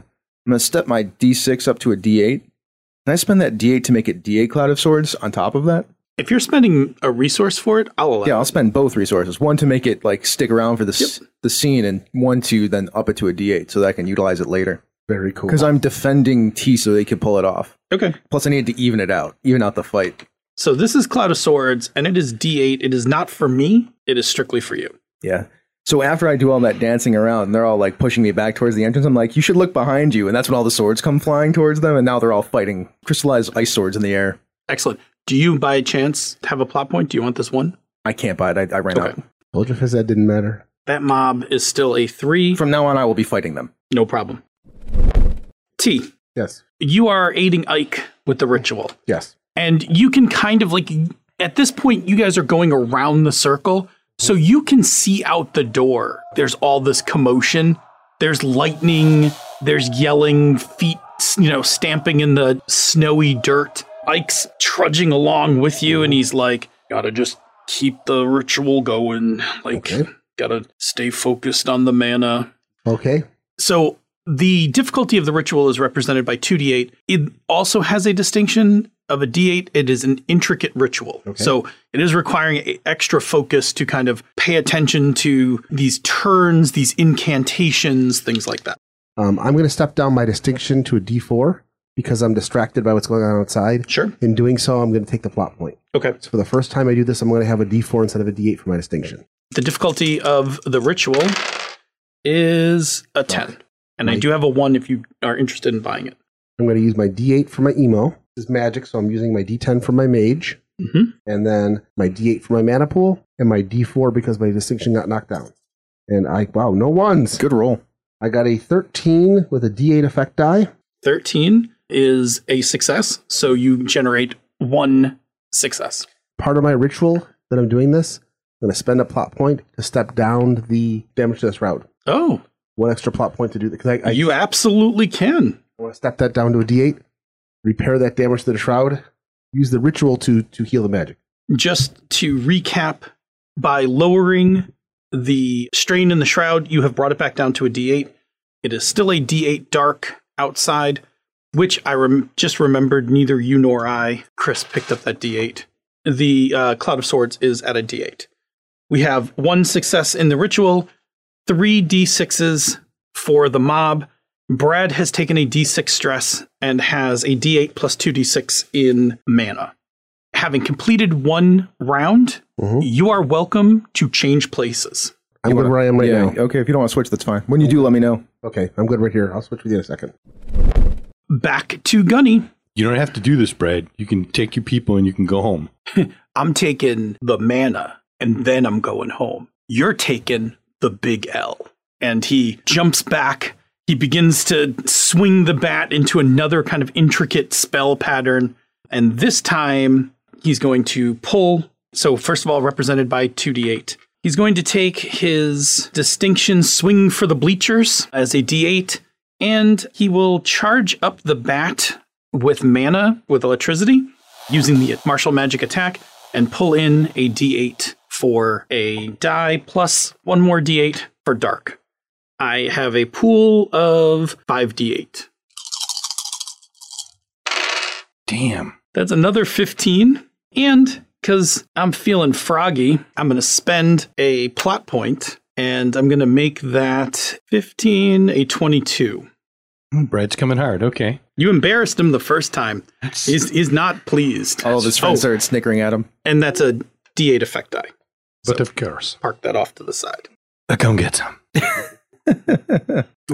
I'm going to step my d6 up to a d8. Can I spend that d8 to make it d8 Cloud of Swords on top of that? If you're spending a resource for it, I'll allow. Yeah, I'll spend both resources. One to make it like stick around for the, s the scene, and one to then up it to a d8 so that I can utilize it later. Very cool. Because I'm defending T so they can pull it off. it. Okay. Plus, I need to even it out, even out the fight. So this is Cloud of Swords, and it is d8. It is not for me. It is strictly for you. Yeah. So after I do all that dancing around, and they're all like pushing me back towards the entrance. I'm like, you should look behind you, and that's when all the swords come flying towards them, and now they're all fighting crystallized ice swords in the air. Excellent. Do you, by chance, have a plot point? Do you want this one? I can't buy it. I, I ran Okay. out. Told you if I said didn't matter. That mob is still a three. From now on, I will be fighting them. No problem. T. Yes. You are aiding Ike with the ritual. Yes. and you can kind of like at this point you guys are going around the circle so you can see out the door there's all this commotion there's lightning there's yelling feet you know stamping in the snowy dirt ike's trudging along with you and he's like gotta just keep the ritual going like Okay. gotta stay focused on the mana Okay. so the difficulty of the ritual is represented by 2d8. It also has a distinction of a d8. It is an intricate ritual. So it is requiring a- extra focus to kind of pay attention to these turns, these incantations, things like that. Um, I'm going to step down my distinction to a D4 because I'm distracted by what's going on outside. Sure. In doing so, I'm going to take the plot point. Okay. So for the first time I do this, I'm going to have a D4 instead of a D8 for my distinction. The difficulty of the ritual is a 10. And I do have a 1 if you are interested in buying it. I'm going to use my D8 for my emo. This is magic, so I'm using my D10 for my mage, Mhm. and then my D8 for my mana pool, and my D4 because my distinction got knocked down. And I, wow, no ones. Good roll. I got a 13 with a D8 effect die. 13 is a success. So you generate one success. Part of my ritual that I'm doing this, I'm going to spend a plot point to step down the damage to this route. Oh, One extra plot point to do because I, I you absolutely can. want to step that down to a D8, repair that damage to the shroud, use the ritual to to heal the magic. Just to recap, by lowering the strain in the shroud, you have brought it back down to a D8. It is still a D8 dark outside, which I rem- just remembered neither you nor I, Chris, picked up that D8. The uh, Cloud of Swords is at a D8. We have one success in the ritual, three D6s for the mob. Brad has taken a D6 stress and has a D8 plus 2D6 in mana having completed one round, you are welcome to change places. I'm good where I am right yeah. now. Okay. If you don't want to switch, that's fine. When you do, let me know. Okay, I'm good right here. I'll switch with you in a second. Back to Gunny. You don't have to do this, Brad. You can take your people and you can go home. I'm taking the mana and then I'm going home. You're taking the big L. And he jumps back. He begins to swing the bat into another kind of intricate spell pattern. And this time he's going to pull. So, first of all, represented by 2d8. He's going to take his distinction swing for the bleachers as a d8, and he will charge up the bat with mana, with electricity using the martial magic attack and pull in a d8 for a die plus one more d8 for dark. I have a pool of 5d8. Damn. That's another 15. And because I'm feeling froggy, I'm going to spend a plot point And I'm going to make that 15, a 22. Mm, Brad's coming hard. Okay. You embarrassed him the first time. He's, he's not pleased. Oh, All of his friends started snickering at him. And that's a D8 effect die. But of course. Park that off to the side. I come get some. You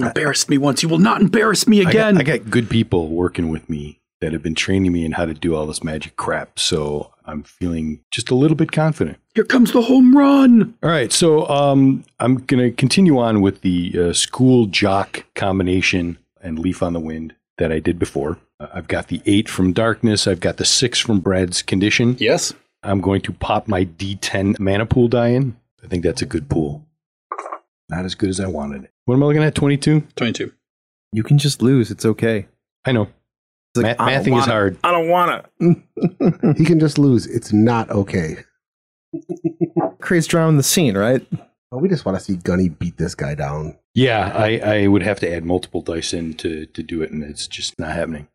embarrassed me once. You will not embarrass me I got, again. I got good people working with me that have been training me in how to do all this magic crap. So I'm feeling just a little bit confident. Here comes the home run. All right, so um, I'm going to continue on with the uh, school jock combination and leaf on the wind that I did before. Uh, I've got the eight from darkness. I've got the six from Brad's condition. Yes. I'm going to pop my D10 mana pool die in. I think that's a good pool. Not as good as I wanted it. What am I looking at? 22. 22. You can just lose. It's okay. I know. It's like, Ma- I don't mathing is wanna- hard. I don't want to. He can just lose. It's not okay. Creates drama in the scene, right? But we just want to see Gunny beat this guy down. Yeah, I, I would have to add multiple dice in to, to do it, and it's just not happening.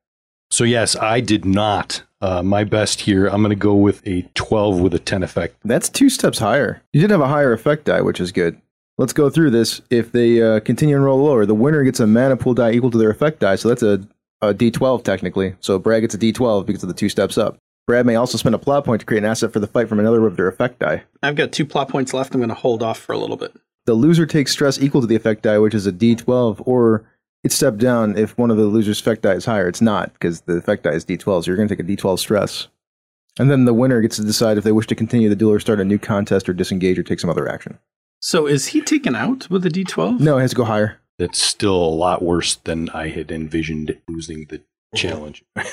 So, yes, I did not. Uh, my best here, I'm going to go with a 12 with a 10 effect. That's two steps higher. You did have a higher effect die, which is good. Let's go through this. If they uh, continue and roll lower, the winner gets a mana pool die equal to their effect die. So that's a, a d12 technically. So Brad gets a d12 because of the two steps up. Brad may also spend a plot point to create an asset for the fight from another of their effect die. I've got two plot points left. I'm going to hold off for a little bit. The loser takes stress equal to the effect die, which is a d12, or it's stepped down if one of the loser's effect die is higher. It's not because the effect die is d12, so you're going to take a d12 stress. And then the winner gets to decide if they wish to continue the duel or start a new contest or disengage or take some other action. So is he taken out with a D12? No, it has to go higher. That's still a lot worse than I had envisioned losing the challenge. I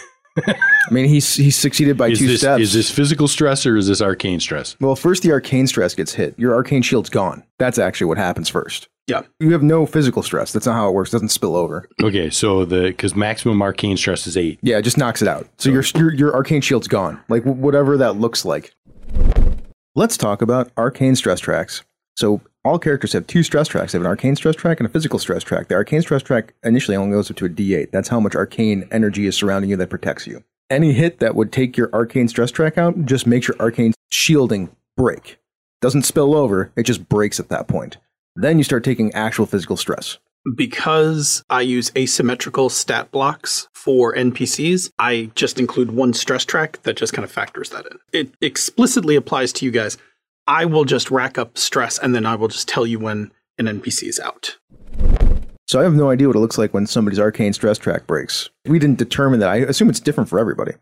mean, he's he succeeded by is, two this, steps. is this physical stress or is this arcane stress? well, first the arcane stress gets hit. Your arcane shield's gone. That's actually what happens first. Yeah. You have no physical stress. That's not how it works. It doesn't spill over. Okay, so the because maximum arcane stress is eight. Yeah, it just knocks it out. So your your, your arcane shield's gone. Like wh- whatever that looks like. Let's talk about arcane stress tracks. So all characters have two stress tracks. They have an arcane stress track and a physical stress track. The arcane stress track initially only goes up to a D8. That's how much arcane energy is surrounding you that protects you. Any hit that would take your arcane stress track out just makes your arcane shielding break. Doesn't spill over, it just breaks at that point. Then you start taking actual physical stress. Because I use asymmetrical stat blocks for NPCs, I just include one stress track that just kind of factors that in. It explicitly applies to you guys. I will just rack up stress and then I will just tell you when an NPC is out. So I have no idea what it looks like when somebody's arcane stress track breaks. We didn't determine that. I assume it's different for everybody.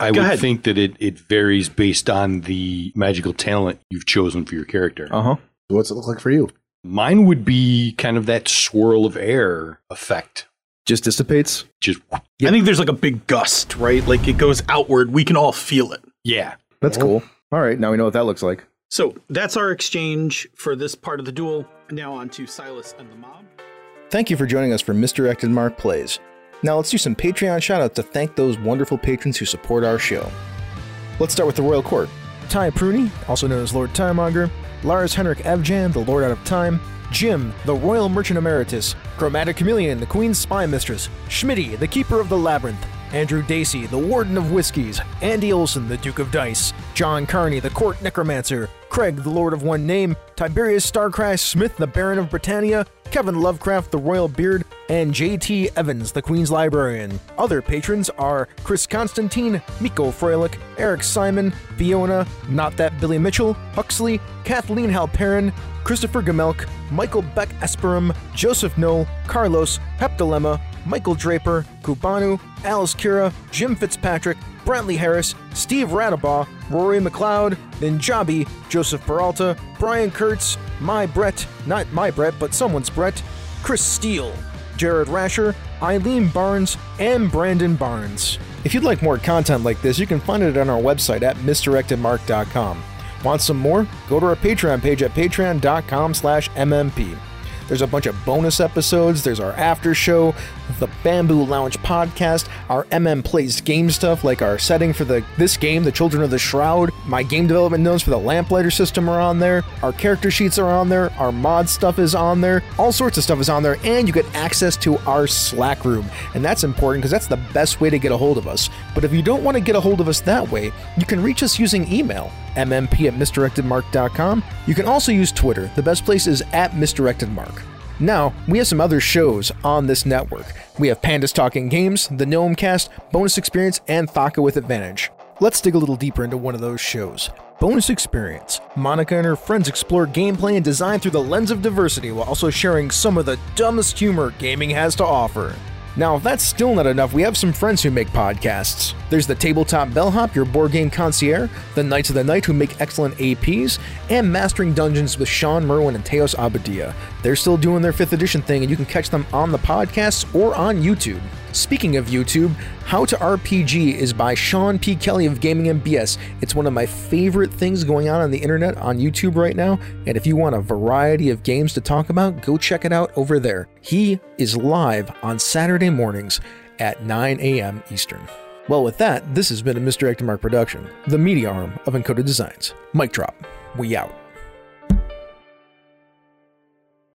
I Go would ahead. think that it, it varies based on the magical talent you've chosen for your character. Uh-huh. Uh huh. What's it look like for you? Mine would be kind of that swirl of air effect. Just dissipates. Just I think there's like a big gust, right? Like it goes outward. We can all feel it. yeah. That's cool. All right, now we know what that looks like. So that's our exchange for this part of the duel. Now on to Silas and the mob. Thank you for joining us for Misdirected Mark Plays. Now let's do some Patreon shoutouts to thank those wonderful patrons who support our show. Let's start with the Royal Court. Ty Pruny, also known as Lord Timemonger, Lars Henrik Evjan, the Lord Out of Time, Jim, the Royal Merchant Emeritus, Chromatic Chameleon, the Queen's Spy Mistress, Schmitty, the Keeper of the Labyrinth, Andrew Dacey, the Warden of Whiskies, Andy Olson, the Duke of Dice, John Carney, the Court Necromancer, Craig, the Lord of One Name, Tiberius Starcrash Smith, the Baron of Britannia, Kevin Lovecraft, the Royal Beard, and J.T. Evans, the Queen's Librarian. Other patrons are Chris Constantine, Miko Freilich, Eric Simon, Fiona, Not That Billy Mitchell, Huxley, Kathleen Halperin, Christopher Gamelk, Michael Beck Esperum, Joseph Knoll, Carlos, Heptilema, Michael Draper, Kubanu, Alice Kira, Jim Fitzpatrick, Brantley Harris, Steve Radabaugh, Rory McLeod, Ninjabi, Joseph Peralta, Brian Kurtz, My Brett, not my Brett, but someone's Brett, Chris Steele, Jared Rasher, Eileen Barnes, and Brandon Barnes. If you'd like more content like this, you can find it on our website at misdirectedmark.com. Want some more? Go to our Patreon page at patreon.com slash mmp. There's a bunch of bonus episodes. There's our after show, the Bamboo Lounge podcast, our MM Plays game stuff, like our setting for the this game, The Children of the Shroud. My game development notes for the Lamplighter system are on there. Our character sheets are on there. Our mod stuff is on there. All sorts of stuff is on there, and you get access to our Slack room, and that's important because that's the best way to get a hold of us. But if you don't want to get a hold of us that way, you can reach us using email mmp at misdirectedmark.com. You can also use Twitter. The best place is at misdirectedmark. Now, we have some other shows on this network. We have Pandas Talking Games, The Gnome Cast, Bonus Experience, and Thaka with Advantage. Let's dig a little deeper into one of those shows. Bonus Experience. Monica and her friends explore gameplay and design through the lens of diversity while also sharing some of the dumbest humor gaming has to offer. Now, if that's still not enough, we have some friends who make podcasts. There's the Tabletop Bellhop, your board game concierge, the Knights of the Night, who make excellent APs, and Mastering Dungeons with Sean Merwin and Teos Abadia. They're still doing their 5th edition thing, and you can catch them on the podcast or on YouTube. Speaking of YouTube, How to RPG is by Sean P. Kelly of Gaming MBS. It's one of my favorite things going on on the internet on YouTube right now, and if you want a variety of games to talk about, go check it out over there. He is live on Saturday mornings at 9 a.m. Eastern. Well, with that, this has been a Misdirected Mark production, the media arm of Encoded Designs. Mic drop. We out.